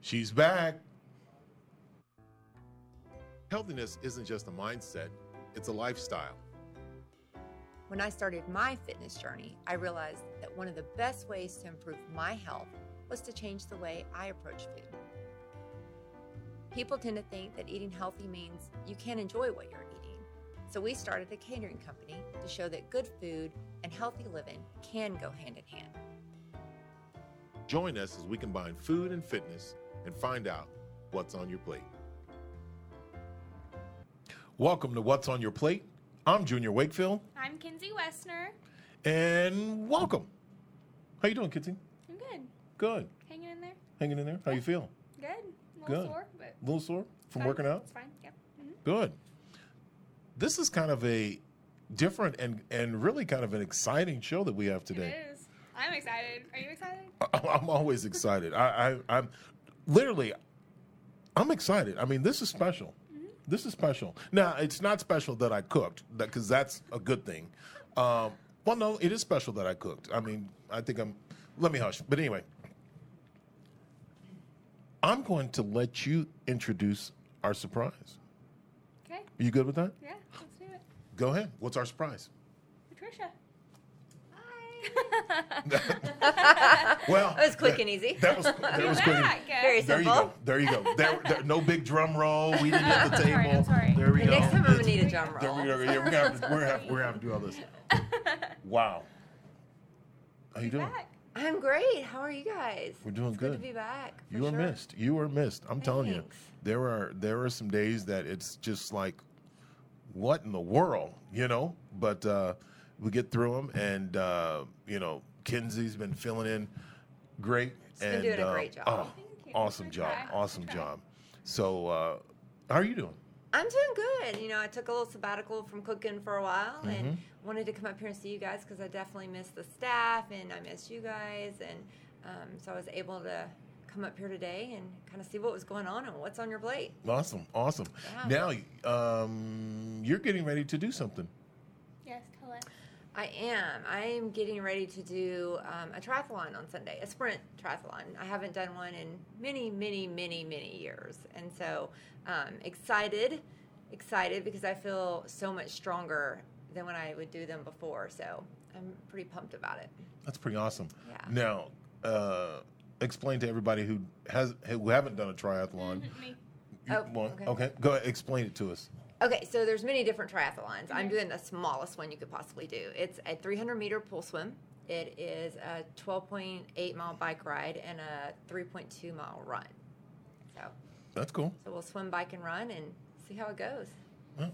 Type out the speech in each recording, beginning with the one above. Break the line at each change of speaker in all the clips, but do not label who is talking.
She's back. Healthiness isn't just a mindset, it's a lifestyle.
When I started my fitness journey, I realized that one of the best ways to improve my health was to change the way I approach food. People tend to think that eating healthy means you can't enjoy what you're eating. So we started a catering company to show that good food and healthy living can go hand in hand.
Join us as we combine food and fitness and find out what's on your plate. Welcome to What's on Your Plate. I'm Junior Wakefield,
I'm Kinsey Westner.
and welcome. How you doing, Kitsy?
I'm good.
Good.
Hanging in there.
Hanging in there. How you feel?
Good. A little
Good.
sore, but it's
A little sore from
fine.
working out?
It's fine. Yep. hmm
Good. This is kind of a different and and really kind of an exciting show that we have today. Uh.
It is. I'm excited. Are you excited?
I- I'm always excited. I, I I'm literally I'm excited. I mean, this is special. This is special. Now, it's not special that I cooked because that's a good thing. Um, well, no, it is special that I cooked. I mean, I think I'm. Let me hush. But anyway, I'm going to let you introduce our surprise.
Okay.
Are you good with that?
Yeah. Let's do it.
Go ahead. What's our surprise?
Patricia. Hi.
Well,
That was quick and easy.
That was that was quick.
Back.
and-
Very
There you go.
simple.
There you go. There, there- no big drum roll. We didn't hit the
I'm sorry, I'm
table.
sorry.
There we
The
go.
next time I'm gonna
It's-
need a drum
There we
roll.
go. Yeah, we're gonna have to, we're gonna have, we're gonna have to do all this. Wow. How you doing?
Back.
I'm great. How are you guys?
We're doing
It's
good.
to be back. for
You are
sure.
missed. You are missed. I'm telling you.
Thanks.
There are there are some days that it's just like, what in the world, you know? But uh, we get through them, and uh, you know, Kinsey's been filling in great.
been
and,
doing a
uh,
great job.
oh,
Thank you.
awesome
Good
job.
try.
Awesome
Good try.
job. So, uh, how are you doing?
I'm doing good. You know, I took a little sabbatical from cooking for a while and wanted to come up here and see you guys because I definitely miss the staff and I miss you guys. And um, so I was able to come up here today and kind of see what was going on and what's on your plate.
Awesome, awesome. Now,
Yeah.
um, you're getting ready to do something.
Yes, Colette.
I am. I am getting ready to do um, a triathlon on Sunday, a sprint triathlon. I haven't done one in many, many, many, many years, and so um, excited, excited because I feel so much stronger than when I would do them before. So I'm pretty pumped about it.
That's pretty awesome.
Yeah.
Now, uh, explain to everybody who has who haven't done a triathlon.
Me.
You
Mm-hmm. Oh,
want-
okay.
okay, go ahead, explain it to us.
Okay, so there's many different triathlons. I'm doing the smallest one you could possibly do. It's a 300 meter pool swim. It is a 12.8 mile bike ride and a 3.2 mile run. So,
That's cool.
so we'll swim, bike, and run, and see how it goes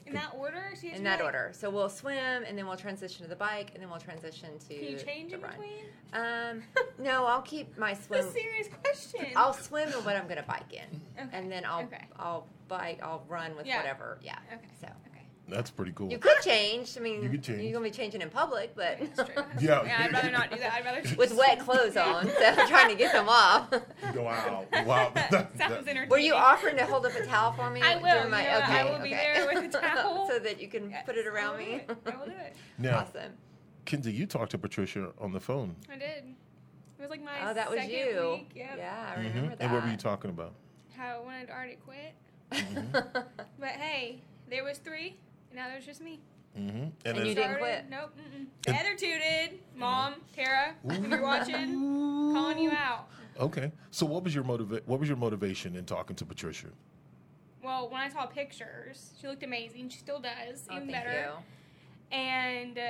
In that order? She has
in
to
that
be like-
order. So we'll swim, and then we'll transition to the bike, and then we'll transition to.
Can you change
the
in
run.
between?
Um, no, I'll keep my
It's
swim.
a serious question.
I'll swim in what I'm gonna bike in,
Okay,
and then I'll
okay.
I'll bike. I'll run with
Yeah.
whatever. Yeah.
Okay.
So.
Okay.
That's pretty cool.
You could change. I mean,
You
you
could change.
are gonna be changing in public, but
That's true.
Yeah.
yeah. I'd rather not do that. I'd rather just
with wet clothes on, so I'm trying to get them off.
Wow, wow.
Sounds entertaining.
Were you offering to hold up a towel for me?
I
during
will,
my-
you know, I will be there with a towel.
so that you can
Yes,
put it around
I will
me.
do it. I will do it.
Now,
Awesome.
Kinsey, you talked to Patricia on the phone.
I did. It was like my
Oh, that was
second
you.
week. Yep.
Yeah, I
Mhm.
remember that.
And what were you mm-hmm. talking about?
How when I'd already quit.
Oh,
But hey, there was three. and Now there's just me.
hmm And,
you
then-
didn't
Started-
quit.
Nope. Mm-mm. The other two did. Mom, Tara, if you're watching, calling you out.
Okay. So, what was your motiva- What was your motivation in talking to Patricia?
Well, when I saw pictures, she looked amazing. She still does,
Oh,
even
thank
better.
you.
And uh,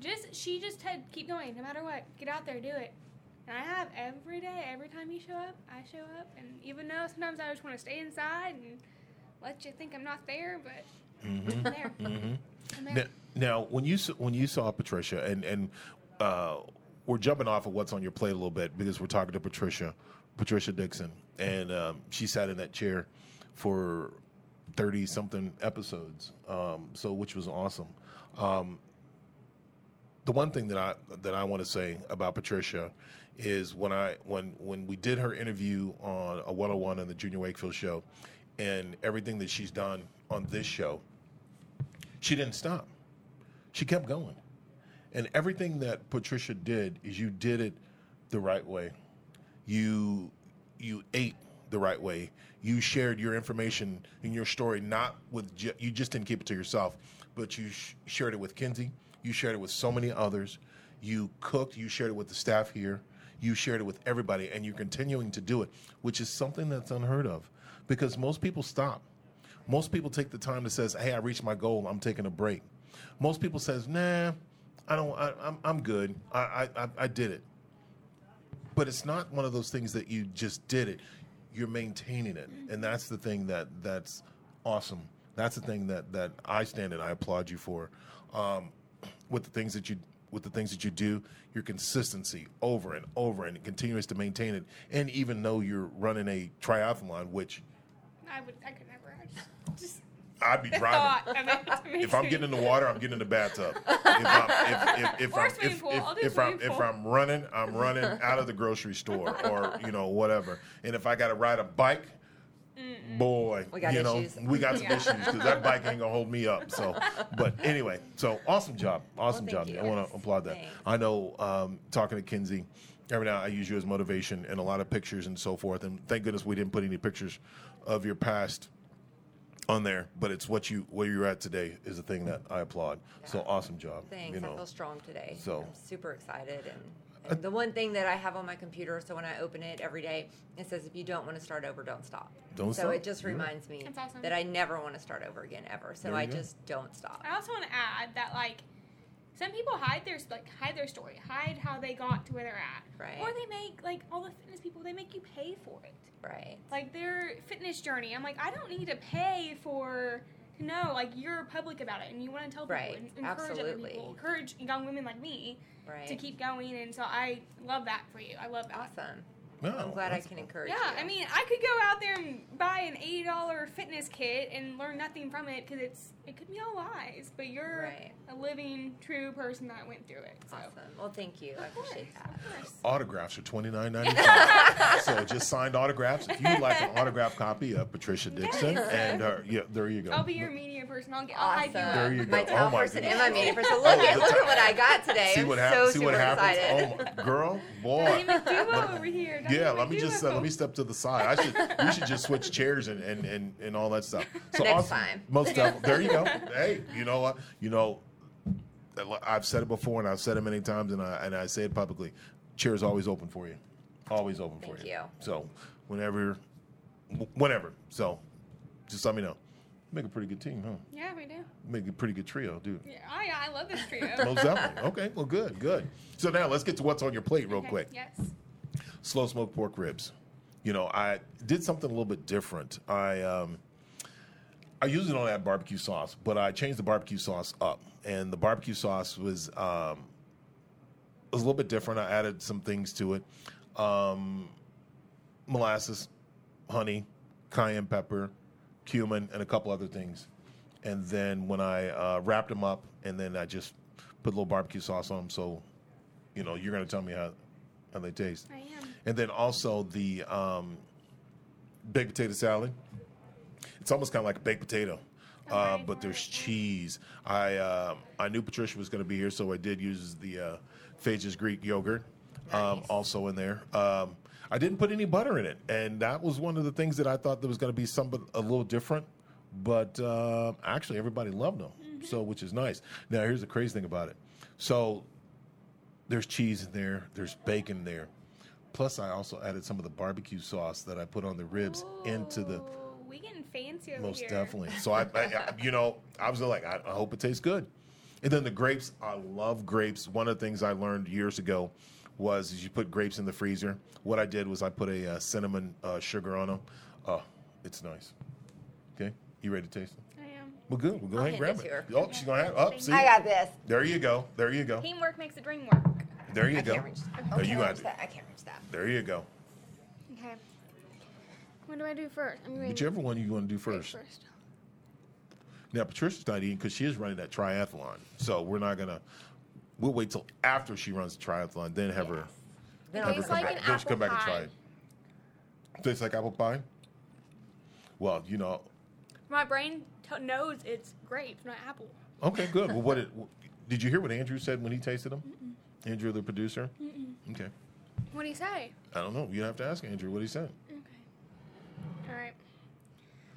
just she just said, keep going, no matter what. Get out there, do it. And I have every day. Every time you show up, I show up. And even though sometimes I just want to stay inside and let you think I'm not there, but
Mm-hmm.
I'm there. I'm there.
Now, now, when you s- when you saw Patricia, and and uh, we're jumping off of what's on your plate a little bit because we're talking to Patricia, Patricia Dixon, and um, she sat in that chair for thirty something episodes, um, so which was awesome. Um, the one thing that I that I want to say about Patricia is when I when when we did her interview on a 101 on the Junior Wakefield show, and everything that she's done on this show, she didn't stop. She kept going. And everything that Patricia did is you did it the right way. You you ate the right way. You shared your information and your story, not with ju- you just didn't keep it to yourself, but you sh- shared it with Kinsey. You shared it with so many others. You cooked. You shared it with the staff here. You shared it with everybody, and you're continuing to do it, which is something that's unheard of, because most people stop. Most people take the time to says, "Hey, I reached my goal. I'm taking a break." Most people says, "Nah, I don't. I, I'm I'm good. I, I I I did it." but it's not one of those things that you just did it you're maintaining it and that's the thing that that's awesome that's the thing that that i stand and i applaud you for um, with the things that you with the things that you do your consistency over and over and continuous to maintain it and even though you're running a triathlon which
I would. I could never. I just, just
i'd be
the
driving
thought of it.
if I'm getting in the water, I'm getting in the bathtub. If I'm if, if, if
Or
I'm,
swimming
if,
pool. I'll do
if, if, I'm,
swimming
if
pool.
I'm running, I'm running out of the grocery store or you know whatever. And if I got to ride a bike, boy,
We got
you
issues.
know we got some
Yeah.
issues because that bike ain't gonna hold me up. So, but anyway, so awesome job, awesome
Well, thank
job.
you.
I want
Yes.
to applaud that.
Thanks.
I know um, talking to Kinsey. Every now I use you as motivation in a lot of pictures and so forth. And thank goodness we didn't put any pictures of your past on there, but it's what you where you're at today is the thing that I applaud. So awesome job.
Thanks.
You
I
know,
feel strong today.
so-
I'm super excited. And, and the one thing that I have on my computer, so when I open it every day, it says, if you don't want to start over, don't stop.
Don't
so
stop.
it just
You're right.
reminds me
That's awesome.
that I never want to start over again, ever. So
There
I
you go.
just don't stop.
I also want to add that like some people hide their like hide their story, hide how they got to where they're at,
Right.
or they make like all the fitness people they make you pay for it,
Right.
like their fitness journey. I'm like, I don't need to pay for to know like you're public about it and you want to tell people
Right.
and encourage other
Absolutely.
people, encourage young women like me
Right.
to keep going. And so I love that for you. I love that.
awesome.
No,
I'm glad I
Oh, that's-
can encourage
Yeah,
you.
I mean, I could go out there and buy an eighty dollar fitness kit and learn nothing from it because it's it could be all lies. But you're
Right.
a living, true person that went through it. So.
Awesome. Well, thank you. I
Of course,
appreciate that.
of course.
Autographs are twenty nine ninety five. so just signed autographs. If you'd like an autograph copy of Patricia Dixon,
Yes.
and her, yeah, there you go.
I'll be your media person. I'll get. I'll
Awesome.
hype you up.
There you
My
go. Oh
town
my
person and
goodness.
my media person. Look
Oh,
at
the
look at
town-
what I got today.
see
I'm
what
so
happens. see
super
what happens.
excited.
Oh my girl, boy.
Dynamic duo over here.
Yeah,
Dynamic
let me just uh,
duo.
let me step to the side. I should we should just switch chairs and and and, and all that stuff. So
Next
awesome.
time.
Most of there you go. Hey, you know what? You know, I've said it before and I've said it many times and I and I say it publicly. Chair is always open for you. Always open for
Thank
you.
you.
So whenever, wh- whenever. So just let me know. Make a pretty good team, huh?
Yeah, we do.
Make a pretty good trio, dude.
Yeah, I, I love this trio.
Most definitely. Okay. Well, good. Good. So now let's get to what's on your plate real
Okay,
quick
Yes.
slow smoked pork ribs. You know, I did something a little bit different. I um, I usually don't add barbecue sauce, but I changed the barbecue sauce up, and the barbecue sauce was um, was a little bit different. I added some things to it: um, molasses, honey, cayenne pepper, cumin, and a couple other things. And then when I uh, wrapped them up, and then I just put a little barbecue sauce on them. So, you know, you're gonna tell me how how they taste
I am.
and then also the um, baked potato salad. It's almost kind of like a baked potato, uh,
Alright,
but there's
alright.
cheese. I um I knew Patricia was going to be here, so I did use the uh, Phages Greek yogurt um,
Nice.
also in there. Um, I didn't put any butter in it, and that was one of the things that I thought there was going to be something a little different. But uh, actually, everybody loved them, so which is nice. Now, here's the crazy thing about it. So there's cheese in there, there's bacon there. Plus, I also added some of the barbecue sauce that I put on the ribs into the
Ooh, We getting fancy over
most
here.
definitely. So I, I, I- you know, I was like, I, I hope it tastes good. And then the grapes, I love grapes. One of the things I learned years ago was is you put grapes in the freezer. What I did was I put a uh, cinnamon uh, sugar on them. Oh, it's nice. Okay, you ready to taste it?
I am.
Well, good. We'll go
I'll
ahead and grab
hand
it.
it to
Oh, she's gonna have. Oh, see,
I got this.
there you go. There you go.
Teamwork makes the dream work.
There you
I
go.
can't reach that.
There you
I
got
can't
it.
reach that. I can't reach that.
There you go.
Okay. What do I do first? I'm going
Whichever one you want to do first.
first.
Now Patricia's not eating because she is running that triathlon, so we're not gonna. We'll wait till after she runs the triathlon, then have her.
Then
It
I'll
Have her
tastes
just
come back. then she come
like an
back
apple
and try
pie.
it. Tastes like apple pie. Well, you know.
My brain t- knows it's grapes, not apple.
Okay, good. well, what did, did you hear? What Andrew said when he tasted them? Andrew, the producer. Okay,
What do you say?
I don't know. You have to ask Andrew what he said.
Okay.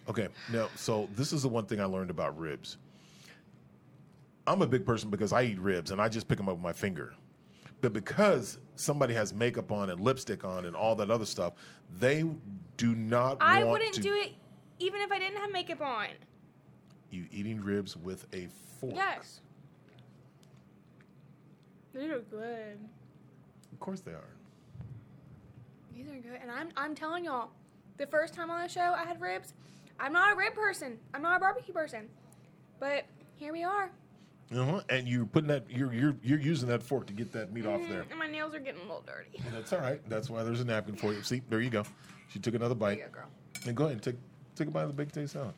Okay, now, so this is the one thing I learned about ribs. I'm a big person because I eat ribs and I just pick them up with my finger. But because somebody has makeup on and lipstick on and all that other stuff, they do not
I
want
wouldn't
to-
do it even if I didn't have makeup on.
You eating ribs with a fork.
Yes. These are good.
Of course they are.
These are good. And I'm, I'm telling y'all, the first time on the show I had ribs. I'm not a rib person. I'm not a barbecue person. But here we are.
Uh-huh. And you're putting that you're you're you're using that fork to get that meat off there.
And Mm, my nails are getting a little dirty.
That's all right. That's why there's a napkin for you. See, there you go. She took another bite.
Yeah, girl.
And go ahead and take take a bite of the baked taste salad.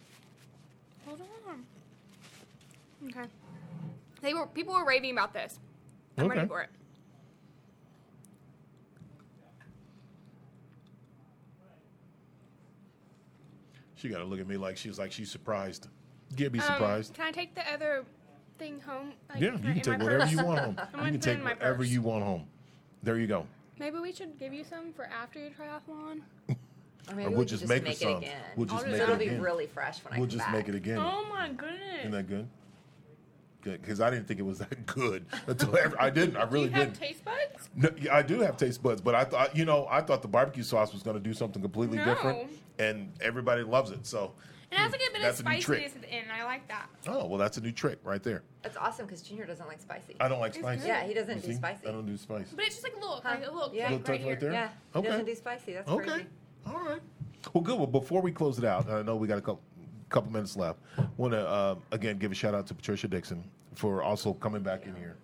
Hold on. Okay. They were people were raving about this. I'm
Okay.
ready for it.
She got to look at me like she was like she's surprised. You can't be
Um,
surprised.
can I take the other thing home? Like,
yeah,
put
you
it
can
in
take
my
whatever
purse?
you want home. you
I'm gonna
can
put it
take
in my
whatever
purse.
you want home. There you go.
Maybe we should give you some for after your triathlon.
Or
we'll
maybe we could
just
just
make
make,
her
it
some.
again.
We'll just
I'll
make it
it'll be
again.
really fresh when I
We'll
come
just
back.
make it again.
Oh my
Isn't
goodness.
that good? Good, because I didn't think it was that good until ever, I didn't. I really
Do you have
didn't.
taste buds?
No, yeah, I do have taste buds, but I thought you know I thought the barbecue sauce was going to do something completely
No.
different, and everybody loves it. So,
It has like a bit
That's
of
a new trick.
spiciness at the end. I like that.
oh well, that's a new trick right there.
That's awesome because Junior doesn't like spicy.
I don't like
It's
spicy.
good. Yeah,
he doesn't
You
do
see?
spicy.
I don't do spice.
But it's just like a little,
Huh.
like a little
Yeah.
kick
Little
right
touch
here.
right there?
Yeah, he
Okay.
doesn't do spicy. That's
Okay.
crazy.
All right. Well, good. Well, before we close it out, and I know we got a couple, couple minutes left. Want to uh, again give a shout out to Patricia Dixon for also coming back in here.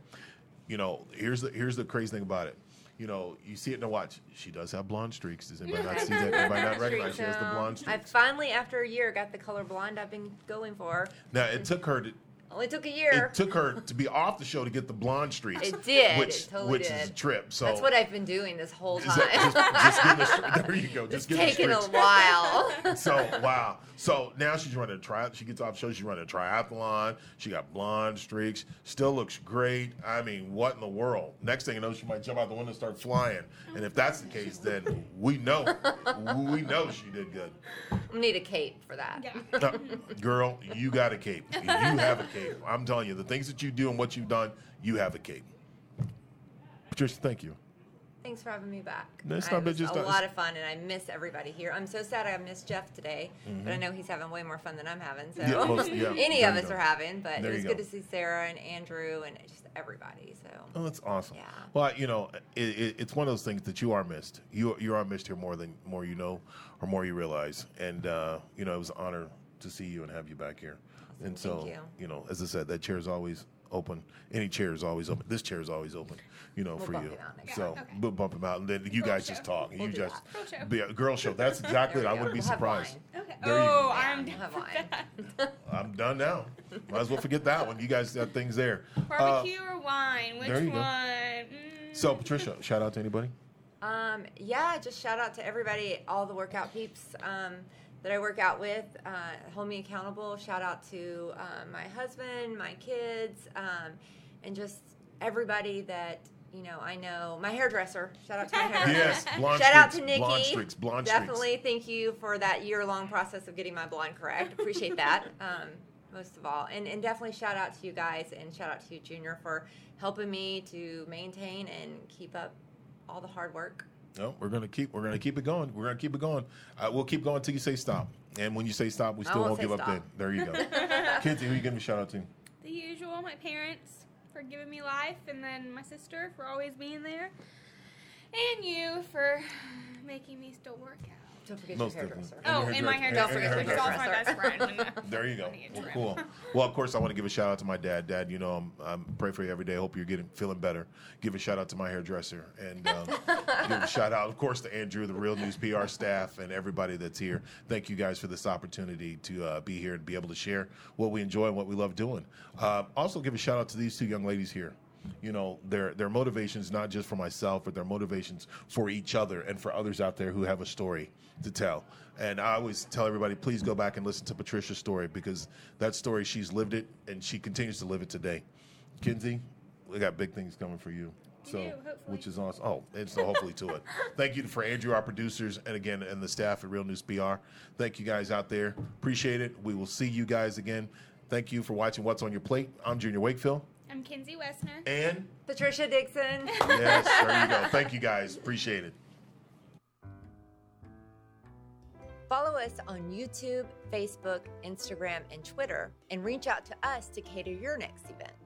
You know, here's the here's the crazy thing about it. You know, you see it in the watch. She does have blonde streaks. Does anybody not see that? Anybody not recognize she has the blonde
I
streaks?
finally, after a year, got the color blonde I've been going for.
Now it took her to
Only took a year.
it took her to be off the show to get the blonde streaks.
It did. It
which
totally
which is
did.
a trip. So
That's what I've been doing this whole
is that-
time.
just, just get the, there you go. Just get
It's
the
taken a
streaks.
while.
So wow. So now she's running a tri. She gets off show. She's running a triathlon. She got blonde streaks. Still looks great. I mean, what in the world? Next thing you know, she might jump out the window and start flying. And if that's the case, then we know, we know she did good.
I need a cape for that.
Yeah.
No, girl, you got a cape. You have a cape. I'm telling you, the things that you do and what you've done, you have a cape. Patricia, thank you.
Thanks for having me back.
No, it's
I-
not
it
bad,
was
just
a
not-
lot of fun, and I miss everybody here. I'm so sad I missed Jeff today, but I know he's having way more fun than I'm having. So
Mm-hmm. Yeah, most- yeah,
any
there
of
you
us
go.
are having, but
There you
it was
go.
good to see Sarah and Andrew and just everybody. So
Oh, that's awesome.
Yeah.
Well, you know, it, it, it's one of those things that you are missed. You you are missed here more than more you know, or more you realize. And uh, you know, it was an honor to see you and have you back here. And so,
Thank you.
know, as I said, that chair is always open. Any chair is always open. This chair is always open. You know,
We'll
for
bump
you.
it out next
so
time. Okay.
we'll bump them out, and then you
Girl
guys
show.
just talk.
We'll
you
do
just
that. Girl show.
be a girl show. That's exactly.
There
I
we go.
wouldn't be
We'll have
surprised.
wine.
Okay.
There you
oh,
go.
I'm
Yeah,
down
have
for
wine.
that.
I'm done now. Might as well forget that one. You guys got things there. Uh,
Barbecue or wine? Which
there you
one?
go.
Mm.
so, Patricia, shout out to anybody.
Um, yeah, just shout out to everybody, all the workout peeps um, that I work out with. Uh, hold me accountable. Shout out to uh, my husband, my kids, um, and just everybody that you know. I know my hairdresser. Shout out to my hairdresser.
Yes, blonde
shout out to
streaks,
Nikki.
blonde streaks, blonde streaks.
Definitely thank you for that year-long process of getting my blonde correct. Appreciate that. Um, most of all, and, and definitely shout out to you guys and shout out to you, Junior, for helping me to maintain and keep up all the hard work.
No, we're gonna keep we're gonna keep it going. We're gonna keep it going. Uh, we'll keep going until you say stop. And when you say stop, we
I
still won't
won't say
give up.
stop.
Then there you go. Kinsey, who you giving a shout out to?
the usual my parents for giving me life and then my sister for always being there and you for making me still work out
Don't forget
Most
your
definitely.
hairdresser.
And
oh
your
and my
hairdresser- and-
hairdresser
and
which is also my best
hairdresser.
friend
There you go.
I need a
Well,
trim.
cool. Well, of course, I want to give a shout out to my dad. Dad, you know, I'm, I'm pray for you every day. Hope you're getting feeling better. Give a shout out to my hairdresser and um, give a shout out, of course, to Andrew, the Real News PR staff, and everybody that's here. Thank you guys for this opportunity to uh, be here and be able to share what we enjoy and what we love doing. Uh, also, give a shout out to these two young ladies here. You know, their their motivations not just for myself, but their motivations for each other and for others out there who have a story to tell. And I always tell everybody, please go back and listen to Patricia's story because that story she's lived it and she continues to live it today. Kinsey, we got big things coming for you. So,
do, hopefully.
which is awesome. Oh, and so hopefully to it. Thank you for Andrew, our producers, and again, and the staff at Real News PR. Thank you guys out there. Appreciate it. We will see you guys again. Thank you for watching What's on Your Plate. I'm Junior Wakefield.
I'm Kinsey Westner.
And
Patricia Dixon.
yes, there you go. Thank you guys. Appreciate it.
Follow us on YouTube, Facebook, Instagram, and Twitter, and reach out to us to cater your next event.